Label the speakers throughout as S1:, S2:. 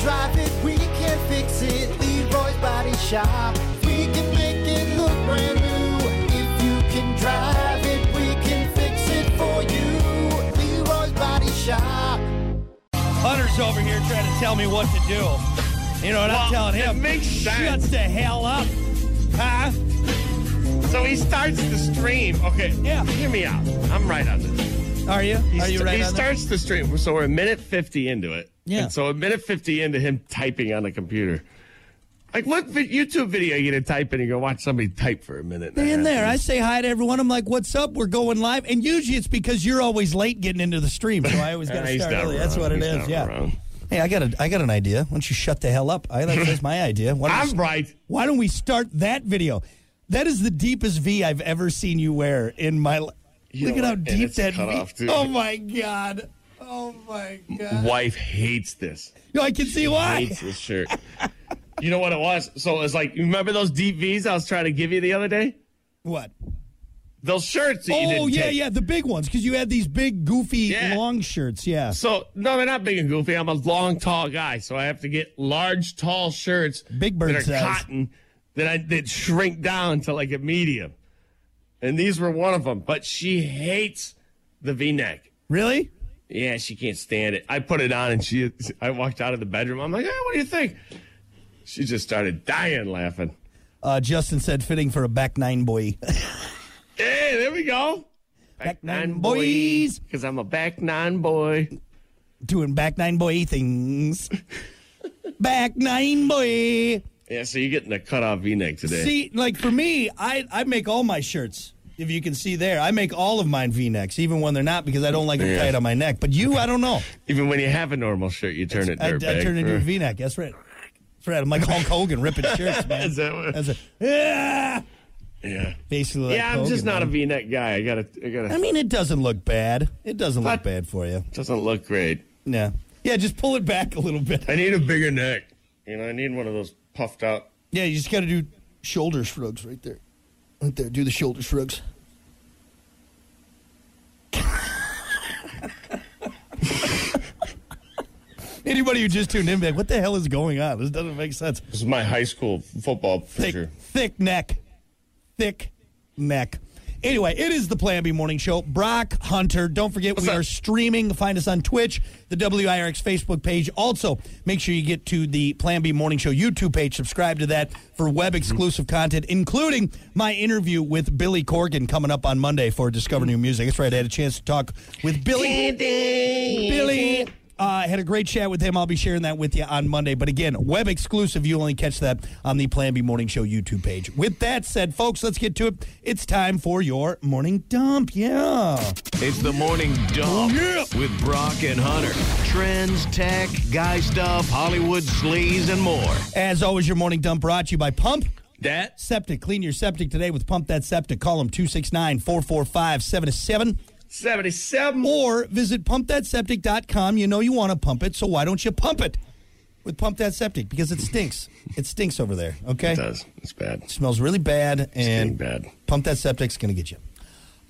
S1: drive it, we can fix it. Leroy's Body Shop. We can make it look brand new. If you can drive it, we can fix it for you. Leroy's Body Shop.
S2: Hunter's over here trying to tell me what to do. You know, and I'm
S3: Well,
S2: telling
S3: it
S2: him,
S3: makes
S2: shut
S3: sense."
S2: the hell up. Huh?
S3: So he starts the stream. Okay.
S2: Yeah.
S3: Hear me out. I'm right on this.
S2: Are you?
S3: He
S2: Are you
S3: st-
S2: right
S3: He
S2: on that?
S3: starts the stream. So we're a minute 50 into it.
S2: Yeah.
S3: And so a minute 50 into him typing on the computer. Like, what vi- YouTube video are you going to type in and go watch somebody type for a minute? and a
S2: Stay in
S3: half?
S2: there. I say hi to everyone. I'm like, "What's up? We're going live." And usually it's because you're always late getting into the stream, so I always got
S3: Ah,
S2: to
S3: he's
S2: start
S3: not
S2: early. That's
S3: wrong.
S2: what it
S3: He's
S2: is.
S3: not
S2: Yeah.
S3: wrong.
S2: Hey, I got a, I got an idea. Why don't you shut the hell up? I like that's my idea. Why don't,
S3: I'm
S2: we-
S3: right.
S2: why don't we start that video? That is the deepest V I've ever seen you wear in my life.
S3: You
S2: Look
S3: know
S2: at how
S3: what? And
S2: deep
S3: it's
S2: that
S3: cut
S2: V.
S3: off, too.
S2: oh my god. Oh my god.
S3: Wife hates this.
S2: Yo, I can see why.
S3: Hates this shirt. you know what it was? So it was like, you remember those deep V's I was trying to give you the other day?
S2: What?
S3: Those shirts that you didn't
S2: Oh yeah,
S3: take.
S2: yeah, the big ones because you had these big goofy
S3: Yeah.
S2: long shirts. Yeah.
S3: So no, they're not big and goofy. I'm a long, tall guy, so I have to get large, tall shirts.
S2: Big bird
S3: that are
S2: size.
S3: cotton that I that shrink down to like a medium. And these were one of them. But she hates the V-neck.
S2: Really?
S3: Yeah, she can't stand it. I put it on, and she. I walked out of the bedroom. I'm like, hey, what do you think? She just started dying laughing.
S2: Uh, Justin said fitting for a back nine boy.
S3: Hey, there we go.
S2: Back nine boys.
S3: because I'm a back nine boy.
S2: Doing back nine boy things. back nine boy.
S3: Yeah, so you're getting a cutoff V-neck today.
S2: See, like for me, I, I make all my shirts. If you can see there, I make all of mine V necks, even when they're not, because I don't like them
S3: Yeah.
S2: tight on my neck. But you, I don't know.
S3: Even when you have a normal shirt, you turn it
S2: I, I
S3: dirtbag.
S2: turn into a V neck. That's right. That's right. I'm like Hulk Hogan ripping shirts, man.
S3: Is that what-
S2: That's a, yeah.
S3: Yeah,
S2: Basically, like
S3: yeah. I'm
S2: Hogan,
S3: just not a
S2: man.
S3: V-neck guy. I gotta, I gotta.
S2: I mean, it doesn't look bad. It doesn't look
S3: But-
S2: bad for you.
S3: doesn't look great.
S2: No. Yeah, just pull it back a little bit.
S3: I need a bigger neck. You know, I need one of those puffed out.
S2: Yeah, you just got to do shoulder shrugs right there. Right there, do the shoulder shrugs. Anybody who just tuned in, be like, what the hell is going on? This doesn't make sense.
S3: This is my high school football
S2: Thick,
S3: picture.
S2: thick neck, thick neck. Anyway, it is the Plan B Morning Show. Brock Hunter, don't forget we
S3: up?
S2: are streaming. Find us on Twitch, the WIRX Facebook page. Also, make sure you get to the Plan B Morning Show YouTube page. Subscribe to that for web exclusive content, including my interview with Billy Corgan coming up on Monday for Discover New Music. That's right, I had a chance to talk with Billy. Billy. Uh, had a great chat with him. I'll be sharing that with you on Monday. But again, web exclusive. You only catch that on the Plan B Morning Show YouTube page. With that said, folks, let's get to it. It's time for your morning dump. Yeah.
S4: It's the morning dump with Brock and Hunter. Trends, tech, guy stuff, Hollywood sleaze, and more.
S2: As always, your morning dump brought to you by Pump
S3: That
S2: Septic. Clean your septic today with Pump That Septic. Call them 269 445 77
S3: seventy-seven.
S2: or visit pumpthatseptic.com. You know you want to pump it, so why don't you pump it with Pump That Septic? Because it stinks. it stinks over there, okay?
S3: It does. It's bad.
S2: smells really bad and
S3: getting bad.
S2: pump that septic's gonna get you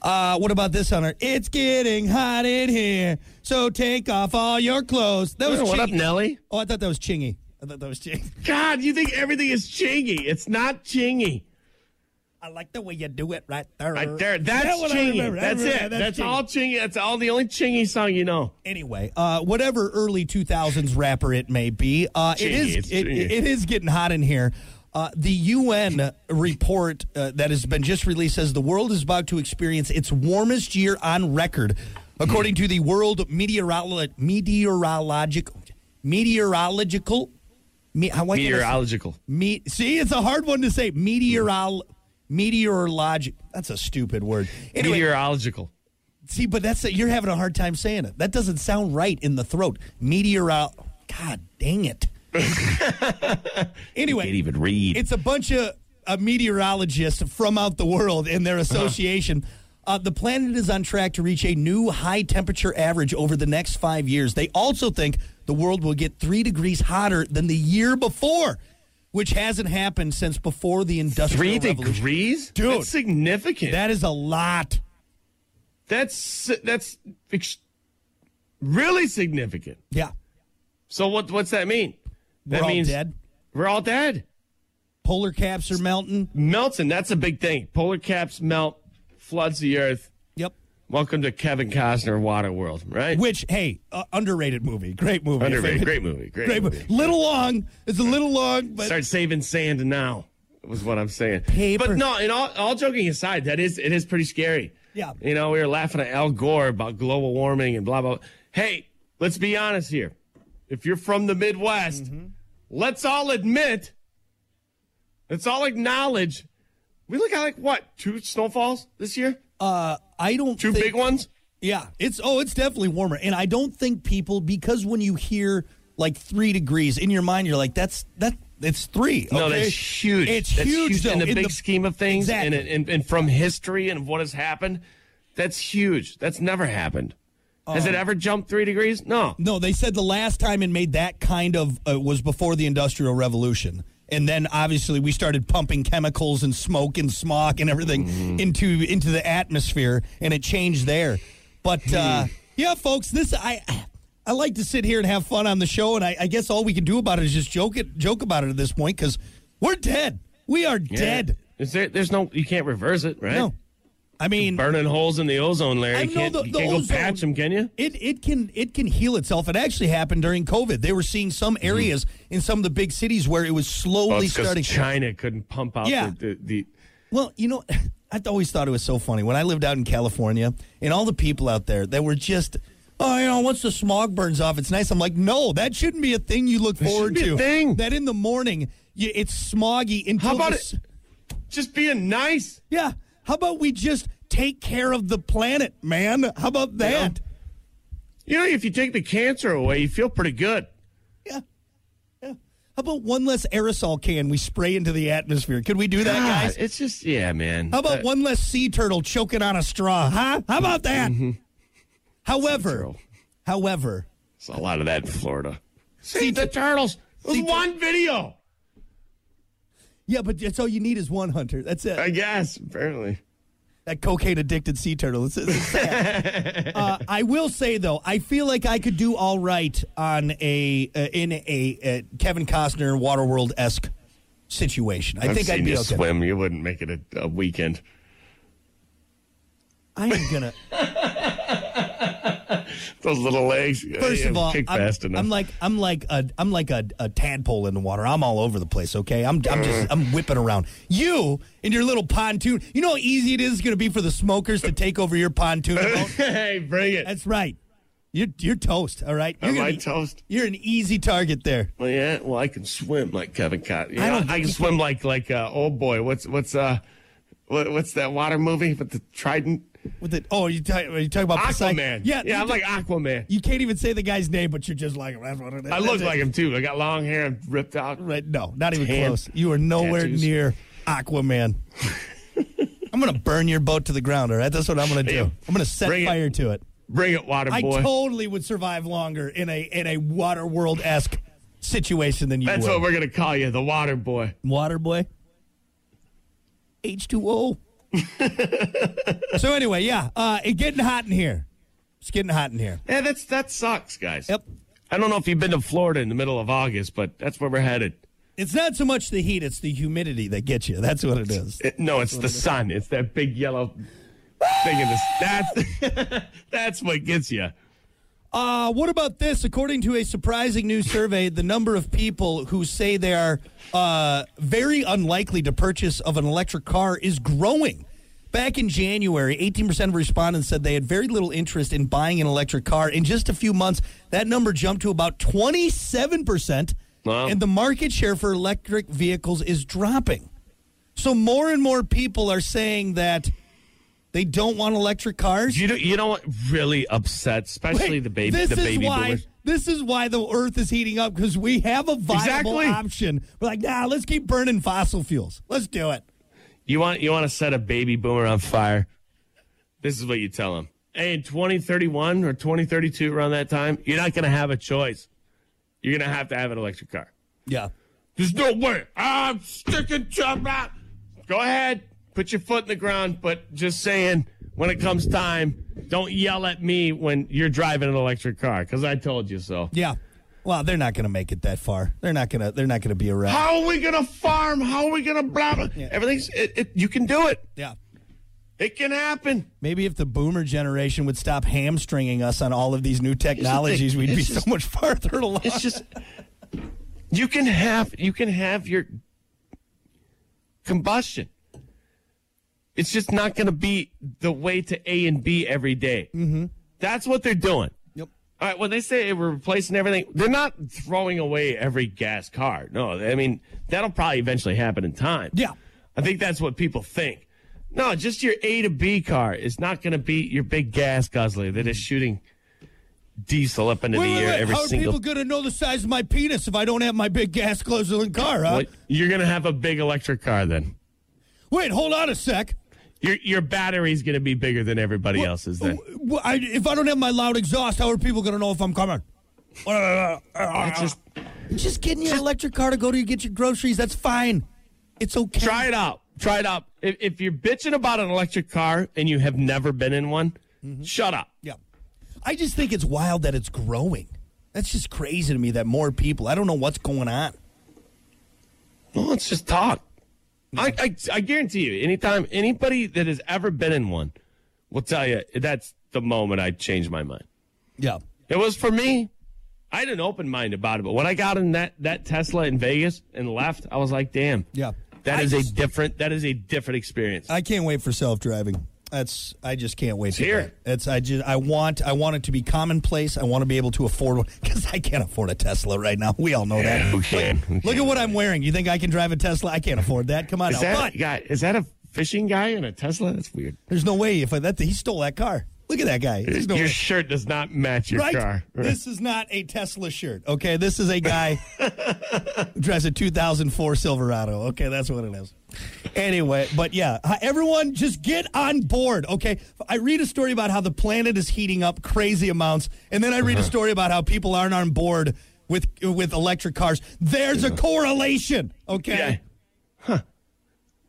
S2: uh, what about this hunter it's getting hot in here so take off all your clothes that was
S3: Hey, what up,
S2: Chingy.
S3: Nelly?
S2: oh i thought that was chingy i thought that was chingy
S3: God, you think everything is chingy? It's not chingy.
S2: i like the way you do it right there
S3: Right there. That's
S2: That one I
S3: chingy.
S2: remember. I
S3: That's
S2: remember
S3: it.
S2: that.
S3: That's,
S2: Chingy.
S3: all chingy. That's all the only chingy song you know.
S2: Anyway, uh, whatever early 2000s rapper it may be, uh, it
S3: Gee,
S2: is
S3: it's
S2: it,
S3: genius.
S2: it is getting hot in here. Uh, the UN report uh, that has been just released says the world is about to experience its warmest year on record, according to the World Meteorolo- Meteorologic Meteorological me, how, why can't I say-
S3: Meteorological.
S2: Me, see, it's a hard one to say. Meteorol meteorologic. That's a stupid word. Anyway,
S3: Meteorological.
S2: See, but that's you're having a hard time saying it. That doesn't sound right in the throat. Meteorol. God dang it.
S3: Can't
S2: anyway,
S3: even read.
S2: it's a bunch of uh, meteorologists from out the world and
S3: Uh-huh.
S2: their association. Uh, the planet is on track to reach a new high temperature average over the next five years. They also think the world will get three degrees hotter than the year before, which hasn't happened since before the Industrial
S3: Three
S2: Revolution.
S3: degrees,
S2: Dude.
S3: That's significant.
S2: That is a lot.
S3: that's that's ex- really significant.
S2: Yeah.
S3: So what what's that mean? That
S2: We're all
S3: means
S2: dead.
S3: We're all dead.
S2: Polar caps are melting.
S3: Melting. That's a big thing. Polar caps melt, floods the earth.
S2: Yep.
S3: Welcome to Kevin Costner Waterworld, right?
S2: Which, hey, uh, underrated movie. Great movie.
S3: Underrated. Great movie. Great,
S2: Great
S3: movie.
S2: movie. Little long. It's a little long, but
S3: Start saving sand now. Was what I'm saying.
S2: Paper.
S3: But no, and all, all joking aside, that is it is pretty scary.
S2: Yeah.
S3: You know, we were laughing at Al Gore about global warming and blah blah. blah. Hey, let's be honest here. If you're from the Midwest,
S2: Mm-hmm.
S3: let's all admit, let's all acknowledge. We look at like what two snowfalls this year?
S2: I don't
S3: Two
S2: think-
S3: big ones.
S2: Yeah, it's oh, it's definitely warmer, and I don't think people because when you hear like three degrees in your mind, you're like, that's that. It's three.
S3: No,
S2: okay?
S3: that's huge.
S2: It's
S3: That's
S2: huge, though,
S3: in the big scheme of things,
S2: Exactly.
S3: and, and and from history and what has happened, that's huge. That's never happened. has
S2: Um,
S3: it ever jumped three degrees? No.
S2: no, they said the last time it made that kind of uh, was before the Industrial Revolution, and then obviously we started pumping chemicals and smoke and smog and everything
S3: Mm-hmm.
S2: into into the atmosphere, and it changed there. But uh,
S3: Hmm.
S2: yeah, folks, this I. I like to sit here and have fun on the show, and I, I guess all we can do about it is just joke it, joke about it at this point because we're dead. We are
S3: Yeah.
S2: dead.
S3: Is there? There's no. You can't reverse it, right?
S2: No, I mean,
S3: Burning holes in the ozone layer.
S2: I
S3: You
S2: know
S3: can't,
S2: the-
S3: you
S2: the
S3: can't go
S2: ozone-
S3: patch them, can you?
S2: It it can it can heal itself. It actually happened during COVID. They were seeing some areas in some of the big cities where it was slowly
S3: Mm-hmm. Well, it's 'cause
S2: starting.
S3: China couldn't pump out
S2: Yeah.
S3: the, the, the
S2: Well, you know, I always thought it was so funny when I lived out in California and all the people out there that were just. Oh, you know, once the smog burns off, it's nice. I'm like, no, that shouldn't be a thing you look forward
S3: shouldn't be
S2: to.
S3: a thing.
S2: That in the morning, you, it's smoggy. Until
S3: How about
S2: the
S3: it?
S2: s-
S3: Just being nice.
S2: Yeah. How about we just take care of the planet, man? How about that?
S3: You know, if you take the cancer away, you feel pretty good.
S2: Yeah. Yeah. How about one less aerosol can we spray into the atmosphere? Could we do that, guys?
S3: God, it's just yeah, man.
S2: How about
S3: Uh,
S2: one less sea turtle choking on a straw? Huh? How about that? However,
S3: Mm-hmm. turtle.
S2: however,
S3: It's a lot of that in Florida. See the turtles. It was
S2: See tur-
S3: one video.
S2: yeah, but that's all you need is one hunter. That's it.
S3: I guess, apparently.
S2: that cocaine addicted sea turtle. It's, it's sad. uh, I will say though, I feel like I could do all right on a uh, in a uh, Kevin Costner Waterworld esque situation. I
S3: I've
S2: think I'd
S3: seen
S2: be
S3: you
S2: okay.
S3: swim. You wouldn't make it a, a weekend.
S2: I'm gonna.
S3: Those little legs.
S2: First
S3: yeah,
S2: of all,
S3: kick
S2: I'm,
S3: fast enough.
S2: I'm like I'm like a I'm like a, a tadpole in the water. I'm all over the place. Okay, I'm I'm just I'm whipping around. You and your little pontoon. You know how easy it is going to be for the smokers to take over your pontoon. boat?
S3: hey, bring it.
S2: That's right. You're you're toast. All right. You're
S3: Am
S2: gonna
S3: I
S2: be-
S3: toast?
S2: You're an easy target there.
S3: Well, yeah. Well, I can swim like Kevin Costner.
S2: I
S3: I,
S2: don't-
S3: I can swim like like uh, old boy. What's what's uh, what, what's that water movie with the trident?
S2: With the oh, you talk, you talking about Poseidon?
S3: Aquaman.
S2: Yeah,
S3: yeah.
S2: You,
S3: I'm like Aquaman.
S2: you can't even say the guy's name, but you're just like that's what it is.
S3: I look
S2: That's it.
S3: like him too. I got long hair and ripped out.
S2: Right? No, not even
S3: Tan.
S2: close. You are nowhere
S3: Tattoos.
S2: near Aquaman. I'm gonna burn your boat to the ground. All right, that's what I'm gonna do.
S3: Damn.
S2: I'm gonna set
S3: Bring it.
S2: fire to it.
S3: Bring it, water
S2: I
S3: boy.
S2: totally would survive longer in a in a water world esque situation than you
S3: That's
S2: would.
S3: what we're gonna call you, the water boy.
S2: water boy. H2O. so anyway, yeah, uh, it getting hot in here. It's getting hot in here.
S3: Yeah, that's that sucks, guys.
S2: Yep.
S3: I don't know if you've been to Florida in the middle of August, but that's where we're headed.
S2: It's not so much the heat; it's the humidity that gets you. That's what it is.
S3: It- no, it's the sun. It's that big yellow thing in this. That's that's what gets you.
S2: Uh, what about this? According to a surprising new survey, the number of people who say they are uh, very unlikely to purchase of an electric car is growing. Back in January, 18% of respondents said they had very little interest in buying an electric car. In just a few months, that number jumped to about 27%,
S3: Wow.
S2: and the market share for electric vehicles is dropping. So more and more people are saying that they don't want electric cars.
S3: You know, you know what really upsets, especially
S2: Wait,
S3: the baby,
S2: This
S3: the baby
S2: is why.
S3: boomers.
S2: This is why the Earth is heating up because we have a viable
S3: Exactly.
S2: option. We're like, nah, let's keep burning fossil fuels. Let's do it.
S3: You want you want to set a baby boomer on fire? This is what you tell him. Hey, in 2031 or 2032, around that time, you're not going to have a choice. You're going to have to have an electric car.
S2: Yeah.
S3: There's no way. I'm sticking to that. Go ahead. Put your foot in the ground. But just saying, when it comes time, don't yell at me when you're driving an electric car because I told you so.
S2: Yeah. Well, they're not going to make it that far. They're not going to. They're not going to be around.
S3: How are we gonna farm? How are we gonna blah blah? Everything's it, it, you can do it.
S2: Yeah.
S3: It can happen.
S2: Maybe if the boomer generation would stop hamstringing us on all of these new technologies, we'd
S3: It's
S2: be
S3: just-
S2: so much farther along.
S3: It's just you can have you can have your combustion. It's just not gonna be the way to A and B every day. That's what they're doing.
S2: Yep.
S3: All right, when they say we're replacing everything, they're not throwing away every gas car. No, I mean, that'll probably eventually happen in time.
S2: Yeah.
S3: I think that's what people think. No, just your A to B car is not going to be your big gas guzzler that is shooting diesel up into the air every
S2: How are
S3: single.
S2: people going to know the size of my penis if I don't have my big gas guzzling car? Huh?
S3: Well, you're going to have a big electric car then.
S2: Wait, hold on a sec.
S3: Your your battery's going to be bigger than everybody else's then.
S2: Well, I, if I don't have my loud exhaust, how are people going to know if I'm coming?
S3: It's just
S2: Just getting your electric car to go to you get your groceries. That's fine. It's okay.
S3: try it out. Try it out. If, if you're bitching about an electric car and you have never been in one,
S2: Mm-hmm.
S3: shut up.
S2: Yeah. I just think it's wild that it's growing. That's just crazy to me that more people. I don't know what's going on.
S3: Well, let's just talk. I, I I guarantee you, anytime anybody that has ever been in one will tell you that's the moment I changed my mind.
S2: Yeah.
S3: It was for me. I had an open mind about it, but when I got in that that Tesla in Vegas and left, I was like, damn,
S2: Yeah.
S3: that
S2: I
S3: is a
S2: just-
S3: different that is a different experience.
S2: I can't wait for self driving. That's I just can't wait for
S3: here.
S2: that. It's I just I want I want it to be commonplace. I want to be able to afford one because I can't afford a Tesla right now. We all know that.
S3: who can? Who
S2: Look, look at
S3: can?
S2: what I'm wearing. You think I can drive a Tesla? I can't afford that. Come on,
S3: is
S2: now.
S3: that
S2: But
S3: guy? Is that a fishing guy in a Tesla? That's weird.
S2: there's no way if I, that he stole that car. Look at that guy. There's no
S3: Your
S2: way.
S3: shirt does not match your
S2: right?
S3: car.
S2: This is not a Tesla shirt. Okay, this is a guy who drives a 2004 Silverado. Okay, that's what it is. Anyway, but yeah, uh, everyone just get on board. Okay, I read a story about how the planet is heating up crazy amounts, and then I read a
S3: Uh-huh.
S2: story about how people aren't on board with with electric cars. There's a correlation. Okay.
S3: Yeah.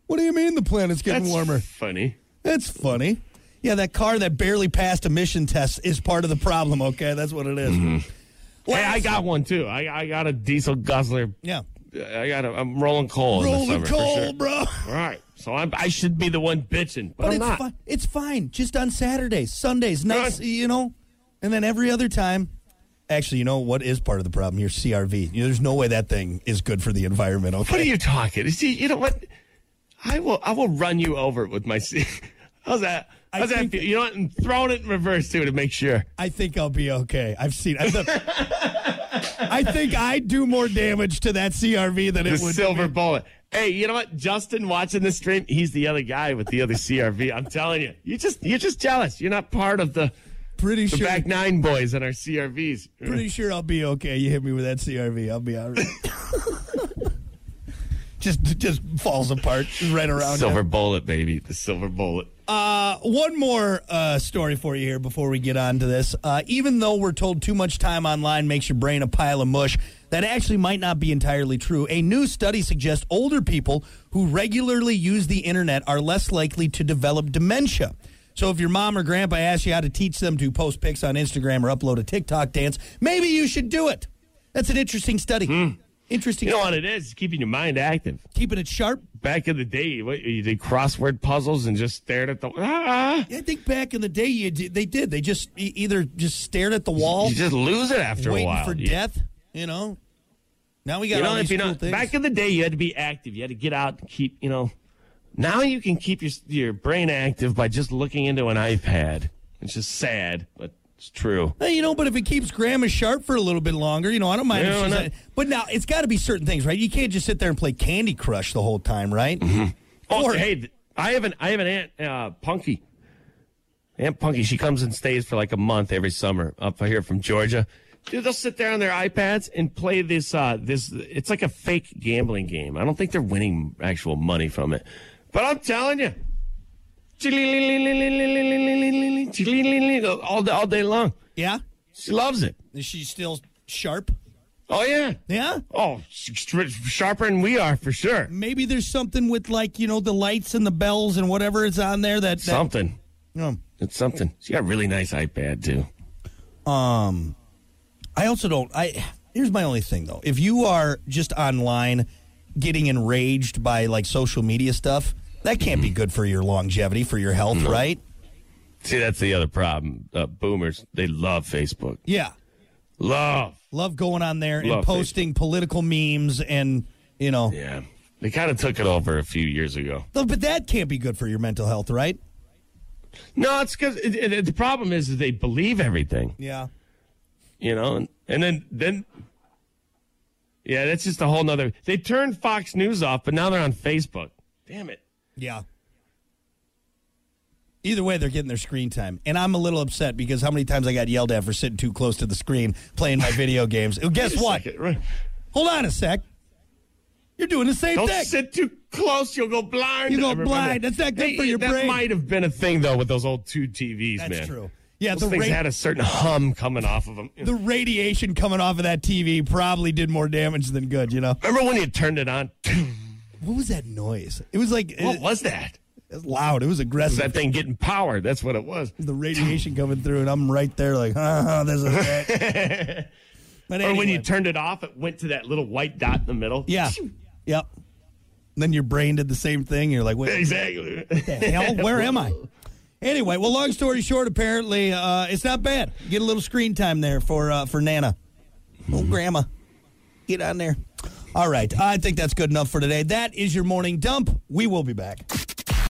S2: What do you mean the planet's getting
S3: That's
S2: warmer?
S3: Funny.
S2: That's funny. Yeah, that car that barely passed emission tests is part of the problem. Okay, that's what it is.
S3: Mm-hmm. Hey, I got one too. I, I got a diesel guzzler
S2: Yeah.
S3: I got. I'm rolling coal. in the
S2: Rolling
S3: Oh, summer, for
S2: coal,
S3: sure.
S2: bro.
S3: All right, so I'm, I should be the one bitching, but,
S2: But
S3: I'm
S2: it's
S3: not.
S2: fine. It's fine. Just on Saturdays, Sundays, nights,
S3: Good.
S2: you know, and then every other time. Actually, you know what is part of the problem here? CRV. You know, there's no way that thing is good for the environment. Okay.
S3: What are you talking? See, you know what? I will. I will run you over with my. C- How's that?
S2: I
S3: How's that
S2: think-
S3: feel? You know what? I'm throwing it in reverse too to make sure.
S2: I think I'll be okay. I've seen. I've I think I do more damage to that CRV than
S3: The
S2: it would.
S3: silver bullet. Hey, you know what? Justin watching the stream, he's the other guy with the other CRV. I'm telling you, you just you're just jealous. You're not part of the,
S2: Pretty
S3: the
S2: sure.
S3: back nine boys and our CRVs.
S2: Pretty sure I'll be okay. You hit me with that CRV, I'll be all right. just just falls apart right around.
S3: silver
S2: you.
S3: bullet, baby. The silver bullet.
S2: Uh, one more uh, story for you here before we get on to this. Uh, even though we're told too much time online makes your brain a pile of mush, that actually might not be entirely true. A new study suggests older people who regularly use the internet are less likely to develop dementia. So if your mom or grandpa asks you how to teach them to post pics on Instagram or upload a TikTok dance, maybe you should do it. That's an interesting study. Interesting.
S3: Hmm. You know what it is? It's keeping your mind active.
S2: Keeping it sharp.
S3: back in the day, what, you did crossword puzzles and just stared at the. Ah,
S2: I think back in the day, you did, they did. They just e- either just stared at the wall.
S3: you just lose it after a
S2: waiting
S3: while.
S2: for
S3: you,
S2: death. You know. Now we got
S3: you
S2: all
S3: know,
S2: these
S3: if you
S2: cool
S3: know,
S2: things.
S3: back in the day, you had to be active. You had to get out and keep. You know, now you can keep your your brain active by just looking into an iPad. It's just sad, but it's true.
S2: Hey, you know, but if it keeps Grandma sharp for a little bit longer, you know, I don't mind.
S3: Yeah,
S2: if she's
S3: no.
S2: not- but now it's got to be certain things, right? You can't just sit there and play Candy Crush the whole time, right?
S3: Oh,
S2: Or-
S3: hey, th- I have an I have an aunt uh, Punky. Aunt Punky, she comes and stays for like a month every summer up here from Georgia. Dude, they'll sit there on their iPads and play this uh this it's like a fake gambling game. I don't think they're winning actual money from it. But I'm telling you. All day, all day long.
S2: Yeah.
S3: She loves it.
S2: Is she still sharp?
S3: Oh yeah.
S2: Yeah.
S3: Oh, she's sharper than we are for sure.
S2: Maybe there's something with like you know the lights and the bells and whatever is on there that. that
S3: Something.
S2: um,
S3: It's something. She got a really nice iPad too.
S2: I also don't. I Here's my only thing though. If you are just online getting enraged by like social media stuff, that can't be
S3: Mm-hmm.
S2: good for your longevity, for your health, right?
S3: See, that's the other problem. Uh, boomers, they love Facebook.
S2: Yeah.
S3: Love.
S2: Love going on there and
S3: Love
S2: posting political memes and, you know.
S3: Yeah. They kind of took it over a few years ago.
S2: No, But that can't be good for your mental health, right?
S3: No, it's because it, it, the problem is, is they believe everything,
S2: Yeah.
S3: you know, and, and then then. Yeah, that's just a whole nother. They turned Fox News off, but now they're on Facebook. Damn it.
S2: Yeah. Either way, they're getting their screen time. And I'm a little upset because how many times I got yelled at for sitting too close to the screen playing my video games. And guess what?
S3: Second, right.
S2: Hold on a sec. You're doing the same
S3: Don't
S2: thing.
S3: sit too close. You'll go blind.
S2: You go
S3: I remember-
S2: blind. That's not good
S3: Hey,
S2: for your
S3: that
S2: brain.
S3: might have been a thing, though, with those old two TVs,
S2: That's
S3: man.
S2: true. Yeah,
S3: Those
S2: the,
S3: things
S2: ra-
S3: had a certain hum coming off of them.
S2: the radiation coming off of that TV probably did more damage than good, you know?
S3: Remember when you turned it on?
S2: What was that noise? It was like
S3: What
S2: it,
S3: was that?
S2: it was loud. It was
S3: Was
S2: aggressive.
S3: that thing getting powered? That's what it was.
S2: the radiation coming through, and I'm right there like, ah, this is it. but
S3: Or when you
S2: anyway.
S3: turned it off, it went to that little white dot in the middle.
S2: Yeah. Yep. Then your brain did the same thing. You're like, wait,
S3: Exactly.
S2: what the hell? Where am I? Anyway, well, long story short, apparently uh, it's not bad. Get a little screen time there for uh, for Nana. Oh, Grandma, get on there. All right, I think that's good enough for today. That is your morning dump. We will be back.